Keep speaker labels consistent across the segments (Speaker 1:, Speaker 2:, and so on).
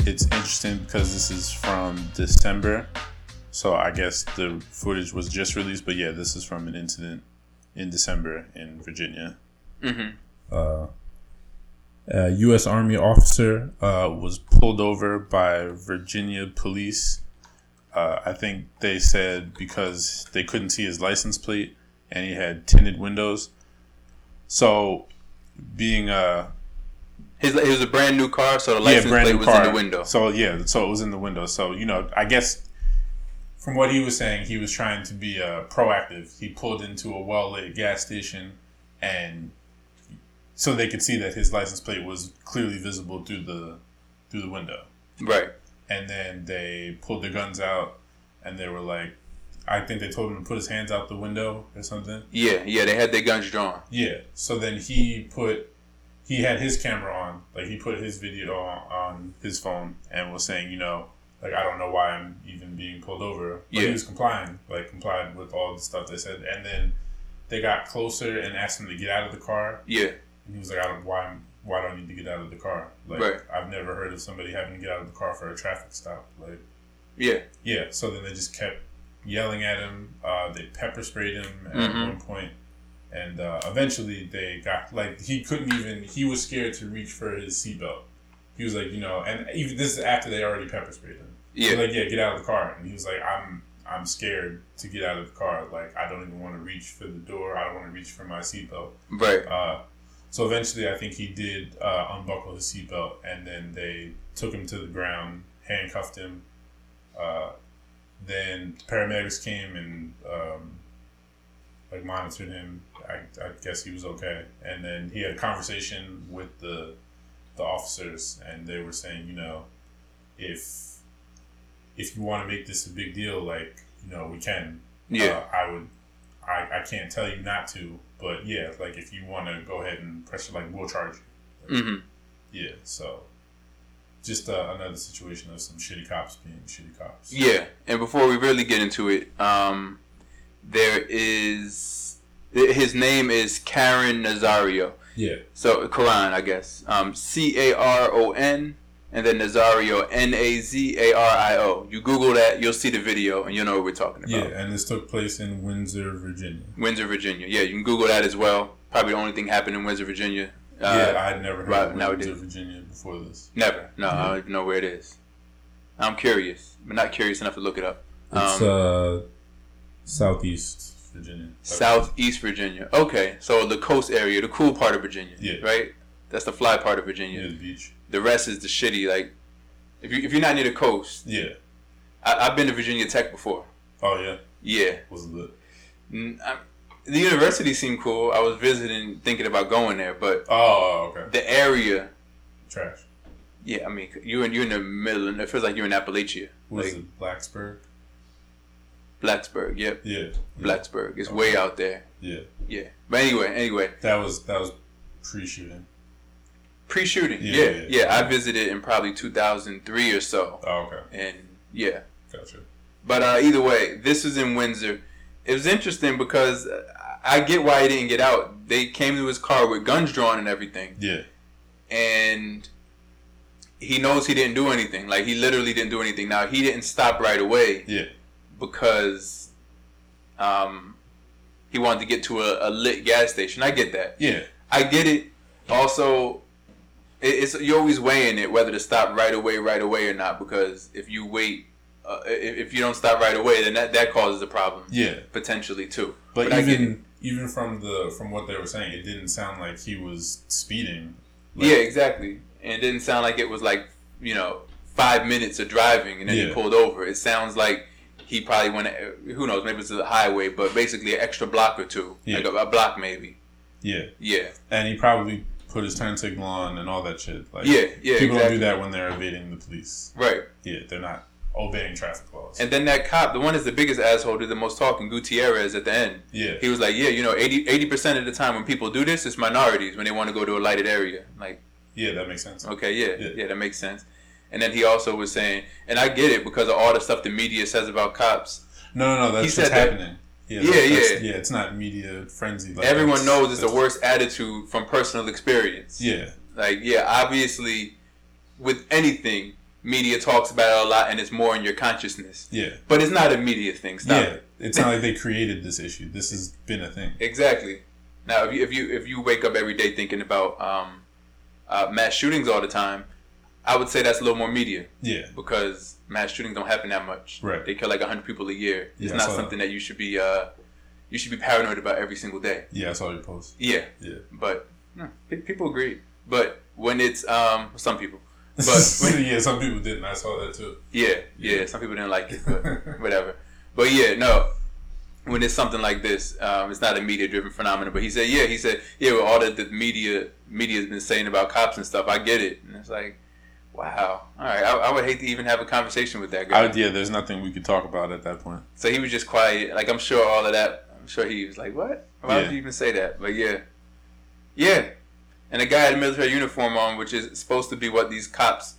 Speaker 1: it's interesting because this is from December, so I guess the footage was just released. But yeah, this is from an incident in December in Virginia.
Speaker 2: Mm-hmm.
Speaker 1: Uh, a U.S. Army officer uh, was pulled over by Virginia police. Uh, I think they said because they couldn't see his license plate and he had tinted windows. So, being uh, a
Speaker 2: His it was a brand new car, so the license plate was in the window.
Speaker 1: So yeah, so it was in the window. So you know, I guess from what he was saying, he was trying to be uh, proactive. He pulled into a well lit gas station, and so they could see that his license plate was clearly visible through the through the window.
Speaker 2: Right.
Speaker 1: And then they pulled their guns out, and they were like, I think they told him to put his hands out the window or something.
Speaker 2: Yeah, yeah, they had their guns drawn.
Speaker 1: Yeah. So then he put he had his camera on, like he put his video on, on his phone and was saying, you know, like I don't know why I'm even being pulled over. But he
Speaker 2: Yeah.
Speaker 1: was complying, like complied with all the stuff they said. And then they got closer and asked him to get out of the car.
Speaker 2: Yeah,
Speaker 1: And he was like, I don't why I'm why do I need to get out of the car? Like
Speaker 2: Right.
Speaker 1: I've never heard of somebody having to get out of the car for a traffic stop. Like
Speaker 2: yeah,
Speaker 1: yeah, so then they just kept yelling at him. Uh, they pepper sprayed him at
Speaker 2: Mhm.
Speaker 1: one point, and uh, eventually they got like he couldn't even. He was scared to reach for his seatbelt. He was like, you know, and even this is after they already pepper sprayed him.
Speaker 2: yeah,
Speaker 1: They're like, yeah, get out of the car. And he was like, I'm, I'm scared to get out of the car. Like, I don't even want to reach for the door. I don't want to reach for my seatbelt.
Speaker 2: right.
Speaker 1: Uh, so eventually, I think he did uh, unbuckle his seatbelt, and then they took him to the ground, handcuffed him. Uh, then paramedics came and um, like monitored him. I, I guess he was okay. And then he had a conversation with the the officers, and they were saying, you know, if if you want to make this a big deal, like you know, we can.
Speaker 2: Yeah,
Speaker 1: Uh, I would. I, I can't tell you not to, but yeah, like if you want to go ahead and pressure, like we'll charge
Speaker 2: hmm
Speaker 1: you. Yeah, so just uh, another situation of some shitty cops being shitty cops.
Speaker 2: yeah. And before we really get into it, um, there is his name is Karen Nazario.
Speaker 1: yeah,
Speaker 2: So Karan, I guess. Um, C A R O N, and then Nazario, N A Z A R I O. You Google that, you'll see the video, and you'll know what we're talking about.
Speaker 1: yeah. And this took place in Windsor, Virginia.
Speaker 2: Windsor, Virginia. Yeah, you can Google that as well. Probably the only thing happened in Windsor, Virginia. Uh,
Speaker 1: yeah, I had never heard
Speaker 2: right,
Speaker 1: of
Speaker 2: now we
Speaker 1: Windsor,
Speaker 2: do.
Speaker 1: Virginia before this.
Speaker 2: Never. No, I don't even know where it is. I'm curious, but not curious enough to look it up.
Speaker 1: It's
Speaker 2: Um,
Speaker 1: uh, southeast Virginia.
Speaker 2: Southeast Virginia. Okay, so the coast area, the cool part of Virginia.
Speaker 1: Yeah.
Speaker 2: Right. That's the fly part of
Speaker 1: near
Speaker 2: Virginia.
Speaker 1: the beach.
Speaker 2: The rest is the shitty. Like, if you if you're not near the coast,
Speaker 1: Yeah.
Speaker 2: I, I've been to Virginia Tech before.
Speaker 1: Oh yeah,
Speaker 2: Yeah.
Speaker 1: was lit.
Speaker 2: N- I- the university seemed cool. I was visiting, thinking about going there, but
Speaker 1: Oh okay.
Speaker 2: the area.
Speaker 1: Trash.
Speaker 2: Yeah, I mean, you're in, you're in the middle, and it feels like you're in Appalachia,
Speaker 1: Was
Speaker 2: Like-
Speaker 1: it Blacksburg?
Speaker 2: Blacksburg. Yep,
Speaker 1: Yeah.
Speaker 2: Blacksburg. It's way out there.
Speaker 1: Yeah.
Speaker 2: Yeah, but anyway, anyway,
Speaker 1: That was that was pre-shooting.
Speaker 2: pre-shooting.
Speaker 1: Yeah,
Speaker 2: Yeah yeah,
Speaker 1: yeah, yeah.
Speaker 2: I visited in probably 2003 or so,
Speaker 1: Oh okay,
Speaker 2: and yeah.
Speaker 1: gotcha.
Speaker 2: But uh, either way, this was in Windsor. It was interesting because uh, I get why he didn't get out. They came to his car with guns drawn and everything,
Speaker 1: Yeah.
Speaker 2: and he knows he didn't do anything. Like he literally didn't do anything. Now he didn't stop right away.
Speaker 1: Yeah.
Speaker 2: because um, he wanted to get to a, a lit gas station. I get that.
Speaker 1: Yeah.
Speaker 2: I get it. Also, it, it's you're always weighing it whether to stop right away, right away or not. Because if you wait, uh, i- if, if you don't stop right away, then that, that causes a problem
Speaker 1: Yeah.
Speaker 2: potentially too.
Speaker 1: But,
Speaker 2: But I get
Speaker 1: even even from the from what they were saying, it didn't sound like he was speeding. Like,
Speaker 2: yeah, exactly. And it didn't sound like it was like you know five minutes of driving and then
Speaker 1: Yeah.
Speaker 2: he pulled over. It sounds like he probably went. Who knows? Maybe it's a highway, but basically an extra block or two,
Speaker 1: Yeah.
Speaker 2: like a, a block maybe.
Speaker 1: Yeah.
Speaker 2: Yeah,
Speaker 1: And he probably put his turn signal on and all that shit. Like
Speaker 2: yeah, yeah,
Speaker 1: people
Speaker 2: exactly.
Speaker 1: don't do that when they're evading the police.
Speaker 2: Right.
Speaker 1: Yeah, they're not obeying traffic laws.
Speaker 2: And then that cop, the one that's the biggest asshole, did the most talking, Gutierrez, at the end.
Speaker 1: yeah.
Speaker 2: He was like, yeah, you know, 80, percent of the time when people do this, it's minorities when they want to go to a lighted area. Like,
Speaker 1: Yeah, that makes sense.
Speaker 2: okay, yeah,
Speaker 1: Yeah.
Speaker 2: yeah, that makes sense. And then he also was saying, and I get it because of all the stuff the media says about cops.
Speaker 1: No, no, no, that's
Speaker 2: He
Speaker 1: what's
Speaker 2: said that-
Speaker 1: happening. Yeah,
Speaker 2: Yeah,
Speaker 1: that's-
Speaker 2: yeah.
Speaker 1: Yeah, it's not media frenzy. Like
Speaker 2: Everyone
Speaker 1: that's-
Speaker 2: knows it's the
Speaker 1: that's-
Speaker 2: worst attitude from personal experience.
Speaker 1: Yeah.
Speaker 2: Like, yeah, obviously, with anything, media talks about it a lot and it's more in your consciousness.
Speaker 1: Yeah.
Speaker 2: But it's not a media thing. Stop
Speaker 1: yeah.
Speaker 2: it.
Speaker 1: It's not like they created this issue. This has been a thing.
Speaker 2: Exactly. Now, if you if you if you wake up every day thinking about um, uh, mass shootings all the time, I would say that's a little more media
Speaker 1: Yeah.
Speaker 2: because mass shootings don't happen that much.
Speaker 1: Right.
Speaker 2: They kill like hundred people a year.
Speaker 1: Yeah,
Speaker 2: It's
Speaker 1: I
Speaker 2: not
Speaker 1: saw
Speaker 2: something that. you should be uh, you should be paranoid about every single day.
Speaker 1: Yeah, I saw your post.
Speaker 2: Yeah.
Speaker 1: Yeah.
Speaker 2: But no, pe- people agree. But when it's um, some people. But when,
Speaker 1: yeah, some people didn't. I saw that too.
Speaker 2: yeah, yeah, some people didn't like it, but whatever. But yeah, no. When it's something like this, um, it's not a media-driven phenomenon. But he said, yeah, he said, yeah, with all that the media media's been saying about cops and stuff, I get it. And it's like, wow, all right, I, I would hate to even have a conversation with that guy.
Speaker 1: I, yeah, there's nothing we could talk about at that point.
Speaker 2: so he was just quiet. Like I'm sure all of that. I'm sure he was like, what? Why
Speaker 1: Yeah.
Speaker 2: would you even say that? But yeah, yeah. And the guy had a military uniform on, which is supposed to be what these cops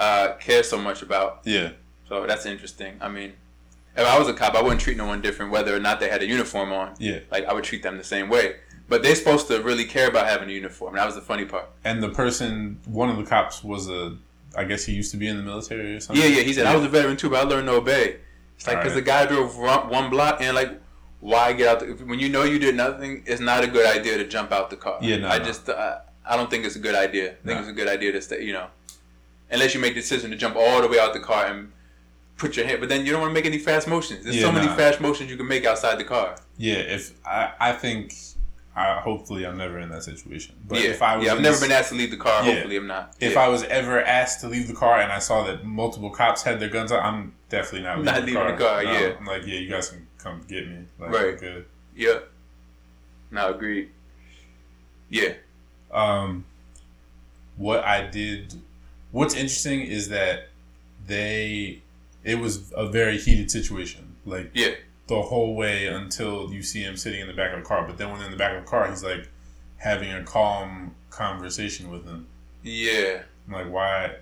Speaker 2: uh, care so much about.
Speaker 1: Yeah,
Speaker 2: So that's interesting. I mean, if I was a cop, I wouldn't treat no one different whether or not they had a uniform on.
Speaker 1: yeah.
Speaker 2: Like I would treat them the same way. But they're supposed to really care about having a uniform. That was the funny part.
Speaker 1: And the person, one of the cops was a, I guess he used to be in the military or something.
Speaker 2: Yeah, yeah. He said I was a veteran too, but I learned to obey. It's like because the guy drove ro- one block and like, why get out? The, when you know you did nothing, it's not a good idea to jump out the car.
Speaker 1: Yeah, no,
Speaker 2: I
Speaker 1: no.
Speaker 2: just I, I don't think it's a good idea. I think
Speaker 1: No.
Speaker 2: it's a good idea to stay. You know, unless you make the decision to jump all the way out the car and put your hand, but then you don't want to make any fast motions. There's
Speaker 1: Yeah,
Speaker 2: so many
Speaker 1: nah.
Speaker 2: fast motions you can make outside the car.
Speaker 1: Yeah, if I, I think, I hopefully I'm never in that situation. But
Speaker 2: yeah,
Speaker 1: if I was,
Speaker 2: yeah, I've
Speaker 1: in
Speaker 2: never
Speaker 1: this-
Speaker 2: been asked to leave the car.
Speaker 1: Yeah.
Speaker 2: Hopefully, I'm not.
Speaker 1: If I was ever asked to leave the car and I saw that multiple cops had their guns out, I'm definitely not leaving,
Speaker 2: Not
Speaker 1: the,
Speaker 2: leaving
Speaker 1: car.
Speaker 2: the car, yeah.
Speaker 1: I'm like, yeah, you guys can come get me. Like,
Speaker 2: Right.
Speaker 1: Good.
Speaker 2: yeah, no, agreed. Yeah,
Speaker 1: Um, what I did, what's interesting is that they, it was a very heated situation. Like
Speaker 2: yeah,
Speaker 1: the whole way until you see him sitting in the back of the car. But then when in the back of the car, he's like having a calm conversation with him.
Speaker 2: yeah,
Speaker 1: I'm like, why?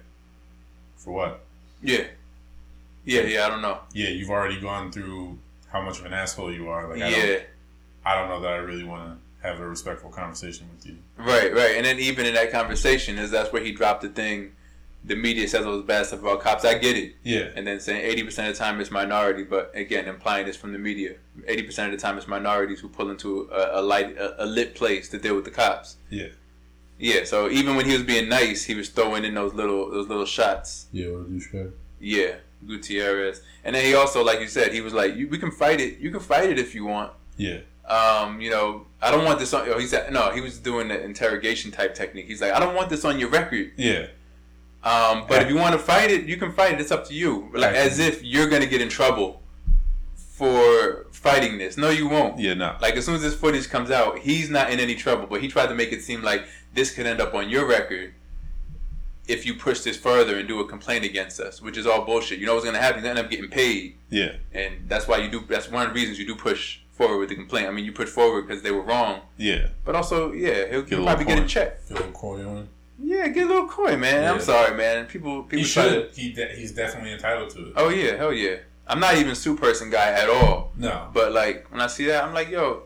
Speaker 1: For what?
Speaker 2: yeah, yeah, yeah. I don't know.
Speaker 1: Yeah, you've already gone through how much of an asshole you are. Like, I,
Speaker 2: yeah,
Speaker 1: don't, I don't know that I really want to have a respectful conversation with you.
Speaker 2: right, right. And then even in that conversation, is that's where he dropped the thing. The media says it was bad stuff about cops. I get it.
Speaker 1: Yeah,
Speaker 2: And then saying eighty percent of the time it's minority, but again implying it's from the media. Eighty percent of the time it's minorities who pull into a, a light, a, a lit place to deal with the cops.
Speaker 1: yeah,
Speaker 2: Yeah. So even when he was being nice, he was throwing in those little those little shots.
Speaker 1: yeah. What a douchebag.
Speaker 2: Yeah, Gutierrez. And then he also, like you said, he was like, you, "We can fight it. You can fight it if you want."
Speaker 1: Yeah,
Speaker 2: Um, you know, I don't want this on. Oh, he said, no, he was doing the interrogation type technique. He's like, "I don't want this on your record."
Speaker 1: yeah,
Speaker 2: Um, but if you want to fight it, you can fight it. It's up to you. Like
Speaker 1: Right.
Speaker 2: as if you're gonna get in trouble for fighting this. No, you won't.
Speaker 1: yeah. No,
Speaker 2: Like as soon as this footage comes out, he's not in any trouble. But he tried to make it seem like this could end up on your record if you push this further and do a complaint against us, which is all bullshit. You know what's gonna happen? You end up getting paid,
Speaker 1: yeah,
Speaker 2: and that's why you do. That's one of the reasons you do push forward with the complaint. I mean, you push forward because they were wrong,
Speaker 1: yeah.
Speaker 2: but also,
Speaker 1: a
Speaker 2: yeah, he'll, he'll
Speaker 1: little
Speaker 2: probably get a
Speaker 1: coin.
Speaker 2: check.
Speaker 1: Feel the coin on.
Speaker 2: Yeah, get a little coin, man.
Speaker 1: Yeah.
Speaker 2: I'm sorry, man. People, people
Speaker 1: He
Speaker 2: try to-
Speaker 1: should. He de- he's definitely entitled to it.
Speaker 2: Oh yeah, hell yeah. I'm not even a Sue person guy at all.
Speaker 1: No.
Speaker 2: But like when I see that, I'm like, yo,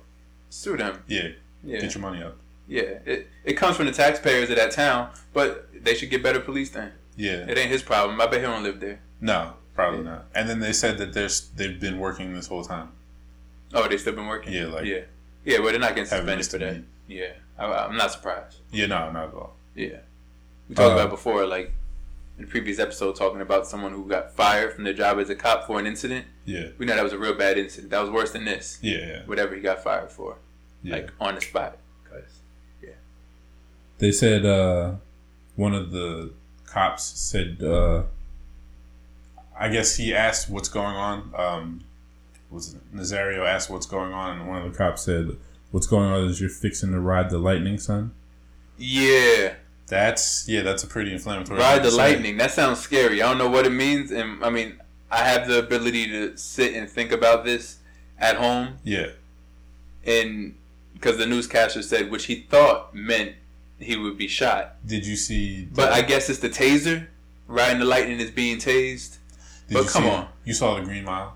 Speaker 2: sue them.
Speaker 1: Yeah,
Speaker 2: Yeah,
Speaker 1: get your money up.
Speaker 2: yeah. It, it comes from the taxpayers of that town, but they should get better police then.
Speaker 1: Yeah.
Speaker 2: It ain't his problem. I bet he don't live there.
Speaker 1: No, probably not. And then they said that there's they've been working this whole time.
Speaker 2: Oh, they still been working.
Speaker 1: Yeah, like-
Speaker 2: yeah, yeah. Well, they're not getting
Speaker 1: Haven't
Speaker 2: suspended for that.
Speaker 1: misdemeanor.
Speaker 2: Yeah, I, I'm not surprised.
Speaker 1: Yeah, no, not at all.
Speaker 2: Yeah, we talked
Speaker 1: Uh,
Speaker 2: about it before, like in the previous episode, talking about someone who got fired from their job as a cop for an incident.
Speaker 1: Yeah,
Speaker 2: We know that was a real bad incident. That was worse than this.
Speaker 1: yeah, yeah.
Speaker 2: Whatever he got fired for,
Speaker 1: yeah.
Speaker 2: like on the spot. 'Cause-
Speaker 1: they said uh, one of the cops said, uh, I guess he asked what's going on. Um, was it Nazario asked what's going on, and one of the cops said, "What's going on is you're fixing to ride the lightning, son."
Speaker 2: Yeah,
Speaker 1: That's yeah, that's a pretty inflammatory.
Speaker 2: ride
Speaker 1: thing to
Speaker 2: the
Speaker 1: say.
Speaker 2: lightning. That sounds scary. I don't know what it means, and I mean, I have the ability to sit and think about this at home,
Speaker 1: Yeah,
Speaker 2: and because the newscaster said, which he thought meant he would be shot,
Speaker 1: did you see?
Speaker 2: but I guess it's the taser. Riding the lightning is being tased.
Speaker 1: did
Speaker 2: but
Speaker 1: you
Speaker 2: come
Speaker 1: see-
Speaker 2: on.
Speaker 1: you saw the Green Mile.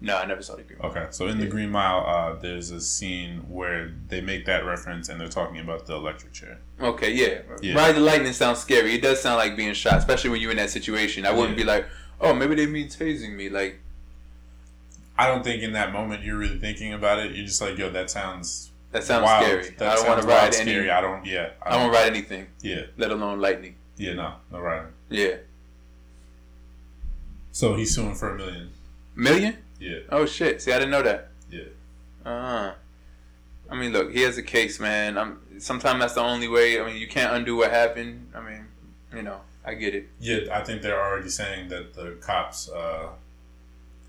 Speaker 2: No, I never saw the Green Mile.
Speaker 1: Okay, so in the
Speaker 2: Yeah.
Speaker 1: Green Mile, uh, there's a scene where they make that reference and they're talking about the electric chair.
Speaker 2: Okay, yeah.
Speaker 1: Yeah.
Speaker 2: Ride the lightning sounds scary. It does sound like being shot, especially when you're in that situation. I wouldn't
Speaker 1: Yeah.
Speaker 2: be like, oh, maybe they mean tasing me. Like,
Speaker 1: I don't think in that moment you're really thinking about it. You're just like, yo, that sounds
Speaker 2: that sounds
Speaker 1: wild.
Speaker 2: scary.
Speaker 1: That
Speaker 2: I don't
Speaker 1: sounds
Speaker 2: want to
Speaker 1: wild,
Speaker 2: ride any.
Speaker 1: Scary. I don't. Yeah.
Speaker 2: I don't want to ride anything,
Speaker 1: Yeah.
Speaker 2: let alone lightning.
Speaker 1: Yeah. No. No riding.
Speaker 2: Yeah.
Speaker 1: So he's suing for a million.
Speaker 2: Million?
Speaker 1: Yeah.
Speaker 2: Oh, shit. See, I didn't know that.
Speaker 1: Yeah.
Speaker 2: Uh, I mean, look, he has a case, man. I'm, sometimes that's the only way. I mean, you can't undo what happened. I mean, you know, I get it.
Speaker 1: Yeah. I think they're already saying that the cops' uh,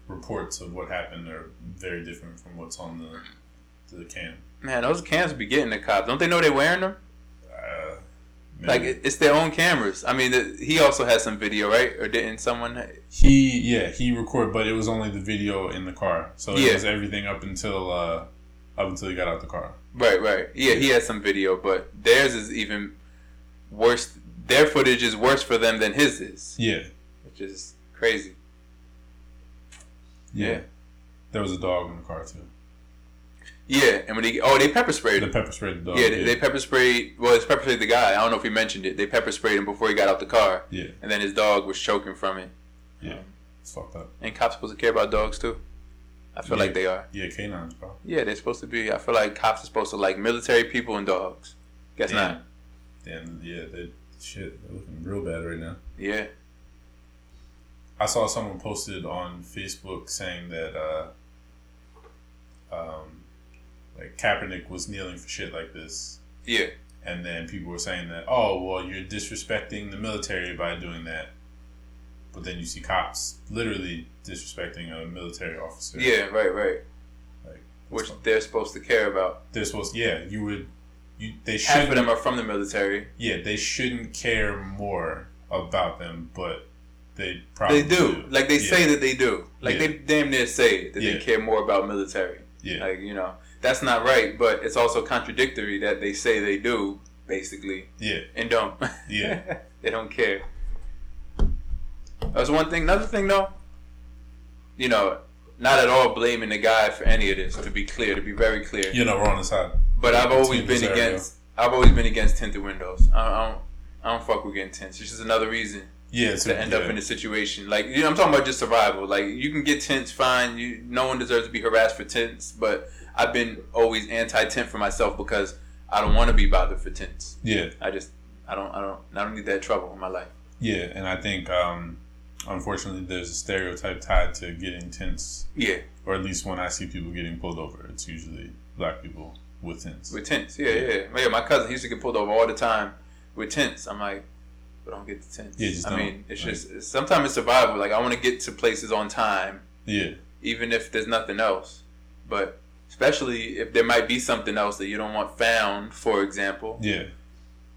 Speaker 1: reports of what happened are very different from what's on the the cam.
Speaker 2: Man, those cams be getting the cops. Don't they know they're wearing them?
Speaker 1: Uh, maybe.
Speaker 2: Like, it, it's their own cameras. I mean, th he also has some video, right? Or didn't someone?
Speaker 1: He yeah he recorded, but it was only the video in the car. So it
Speaker 2: Yeah.
Speaker 1: was everything up until uh, up until he got out the car.
Speaker 2: Right, right. Yeah, he has some video, but theirs is even worse. Their footage is worse for them than his is,
Speaker 1: Yeah,
Speaker 2: which is crazy.
Speaker 1: yeah.
Speaker 2: Yeah.
Speaker 1: There was a dog in the car too.
Speaker 2: Yeah, and when he oh they pepper sprayed
Speaker 1: The
Speaker 2: him.
Speaker 1: pepper sprayed the dog.
Speaker 2: Oh, yeah, they, they pepper sprayed. Well, it's pepper sprayed the guy. I don't know if he mentioned it. They pepper sprayed him before he got out the car,
Speaker 1: yeah.
Speaker 2: and then his dog was choking from it.
Speaker 1: Yeah. It's fucked up.
Speaker 2: And cops supposed to care about dogs too. I feel
Speaker 1: Yeah.
Speaker 2: like they are.
Speaker 1: Yeah, canines, bro.
Speaker 2: Yeah, they're supposed to be. I feel like cops are supposed to like military people and dogs. Guess
Speaker 1: Damn.
Speaker 2: not.
Speaker 1: Damn, yeah, they shit, they're looking real bad right now.
Speaker 2: Yeah.
Speaker 1: I saw someone posted on Facebook saying that uh um like Kaepernick was kneeling for shit like this.
Speaker 2: Yeah.
Speaker 1: And then people were saying that, oh, well, you're disrespecting the military by doing that. But then you see cops literally disrespecting a military officer.
Speaker 2: Yeah. Right. Right.
Speaker 1: Like,
Speaker 2: Which they're supposed to care about.
Speaker 1: They're supposed, yeah, you would, you they
Speaker 2: half of
Speaker 1: should,
Speaker 2: them are from the military.
Speaker 1: yeah, they shouldn't care more about them, but they probably
Speaker 2: They do. Like they
Speaker 1: Yeah.
Speaker 2: say that they do. Like
Speaker 1: Yeah.
Speaker 2: they damn near say that
Speaker 1: Yeah.
Speaker 2: they care more about military.
Speaker 1: yeah,
Speaker 2: Like, you know, that's not right, but it's also contradictory that they say they do, basically,
Speaker 1: yeah,
Speaker 2: and don't.
Speaker 1: yeah.
Speaker 2: they don't care. That's one thing. Another thing though, you know, not at all blaming the guy for any of this, to be clear, to be very clear.
Speaker 1: You know, we're on the side.
Speaker 2: But I've always
Speaker 1: Team
Speaker 2: been
Speaker 1: Rosario.
Speaker 2: against I've always been against tinted windows. I don't, I don't I don't fuck with getting tints. It's just another reason.
Speaker 1: Yeah, so,
Speaker 2: to end up
Speaker 1: yeah.
Speaker 2: in a situation like you know, I'm talking about just survival. Like you can get tents, fine. You no one deserves to be harassed for tents, but I've been always anti tent for myself because I don't want to be bothered for tents.
Speaker 1: yeah,
Speaker 2: I just I don't I don't I don't need that trouble in my life.
Speaker 1: yeah. And I think, um, unfortunately, there's a stereotype tied to getting tense
Speaker 2: Yeah,
Speaker 1: or at least when I see people getting pulled over, it's usually black people with tents.
Speaker 2: with tents. Yeah, yeah. Yeah, my cousin he used to get pulled over all the time with tents. I'm like, but don't get the tents.
Speaker 1: Yeah, just
Speaker 2: I
Speaker 1: don't.
Speaker 2: mean, it's
Speaker 1: Like-
Speaker 2: just sometimes it's survival. Like I want to get to places on time.
Speaker 1: Yeah,
Speaker 2: even if there's nothing else. But especially if there might be something else that you don't want found, for example,
Speaker 1: yeah,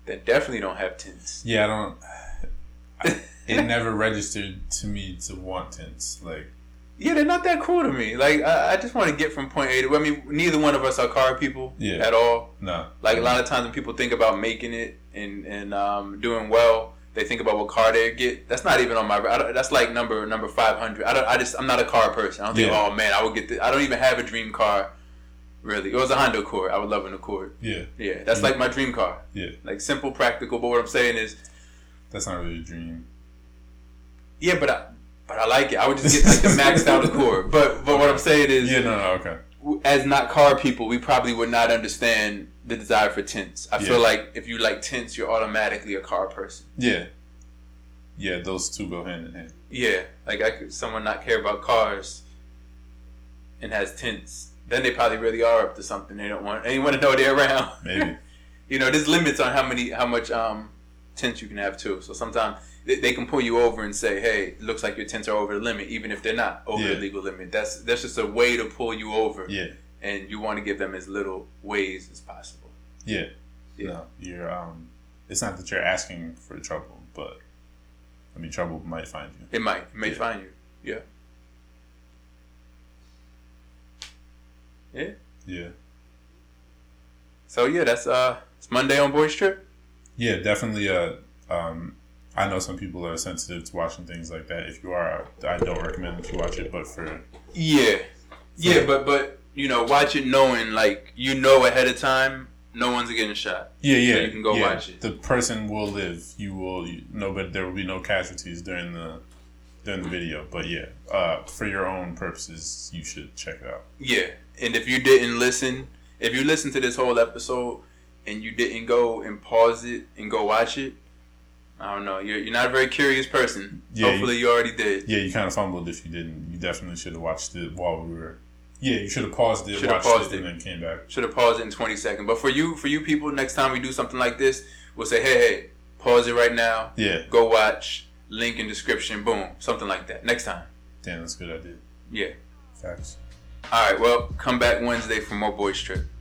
Speaker 2: that definitely don't have tints.
Speaker 1: yeah. I don't. It never registered to me to want tents. Like,
Speaker 2: Yeah, they're not that cruel to me. Like I, I just want to get from point A to. I mean, neither one of us are car people
Speaker 1: Yeah.
Speaker 2: at all.
Speaker 1: no.
Speaker 2: Like a lot of times when people think about making it and and um, doing well, they think about what car they get. That's not even on my. I don't, that's like number number five hundred. I don't. I just. I'm not a car person. I don't think.
Speaker 1: Yeah.
Speaker 2: Oh man, I would get. The, I don't even have a dream car. Really, it was a Honda Accord. I would love an Accord.
Speaker 1: Yeah,
Speaker 2: Yeah, that's
Speaker 1: Mhm.
Speaker 2: like my dream car.
Speaker 1: Yeah.
Speaker 2: Like simple, practical. But what I'm saying is,
Speaker 1: that's not really a dream.
Speaker 2: yeah, but I, but I like it. I would just get like the maxed out Accord. But but what I'm saying is,
Speaker 1: Yeah, no, no, okay.
Speaker 2: w- as not car people, we probably would not understand the desire for tints. I
Speaker 1: Yeah.
Speaker 2: feel like if you like tints, you're automatically a car person.
Speaker 1: Yeah, yeah. Those two go hand in hand.
Speaker 2: Yeah, like I could someone not care about cars and has tints. Then they probably really are up to something. They don't want anyone to know they're around.
Speaker 1: Maybe.
Speaker 2: you know, there's limits on how many, how much um, tints you can have too. So sometimes they, they can pull you over and say, "Hey, it looks like your tints are over the limit," even if they're not over
Speaker 1: Yeah.
Speaker 2: the legal limit. That's that's just a way to pull you over,
Speaker 1: yeah,
Speaker 2: and you want to give them as little ways as possible.
Speaker 1: yeah,
Speaker 2: Yeah.
Speaker 1: No, you're. Um, it's not that you're asking for trouble, but I mean, trouble might find you.
Speaker 2: It might it may
Speaker 1: Yeah.
Speaker 2: find you. Yeah. Yeah.
Speaker 1: Yeah,
Speaker 2: So yeah, that's uh, it's Monday on Boys Trip.
Speaker 1: yeah. Definitely a uh, um, I know some people are sensitive to watching things like that. If you are, I don't recommend that you watch it. But for
Speaker 2: Yeah, yeah, but but you know, watch it knowing like you know ahead of time, no one's getting shot.
Speaker 1: yeah, yeah,
Speaker 2: you can go
Speaker 1: yeah,
Speaker 2: watch it.
Speaker 1: The person will live. You will you, no, but there will be no casualties during the during the video. But yeah, uh, for your own purposes, you should check it out.
Speaker 2: Yeah, and if you didn't listen, if you listened to this whole episode and you didn't go and pause it and go watch it, I don't know. You're you're not a very curious person.
Speaker 1: Yeah, you-
Speaker 2: Hopefully, you already did.
Speaker 1: Yeah, you kind of fumbled if you didn't. You definitely should have watched it while we were. Yeah, you should have paused it,
Speaker 2: Should have
Speaker 1: watched
Speaker 2: paused
Speaker 1: it,
Speaker 2: it.
Speaker 1: and then came back.
Speaker 2: Should have paused it in 20 seconds. But for you, for you people, next time we do something like this, we'll say, hey, hey, pause it right now.
Speaker 1: Yeah,
Speaker 2: Go watch. Link in description. Boom. Something like that. Next time.
Speaker 1: damn, that's a good idea.
Speaker 2: Yeah.
Speaker 1: Facts.
Speaker 2: All right. Well, come back Wednesday for more boys trip.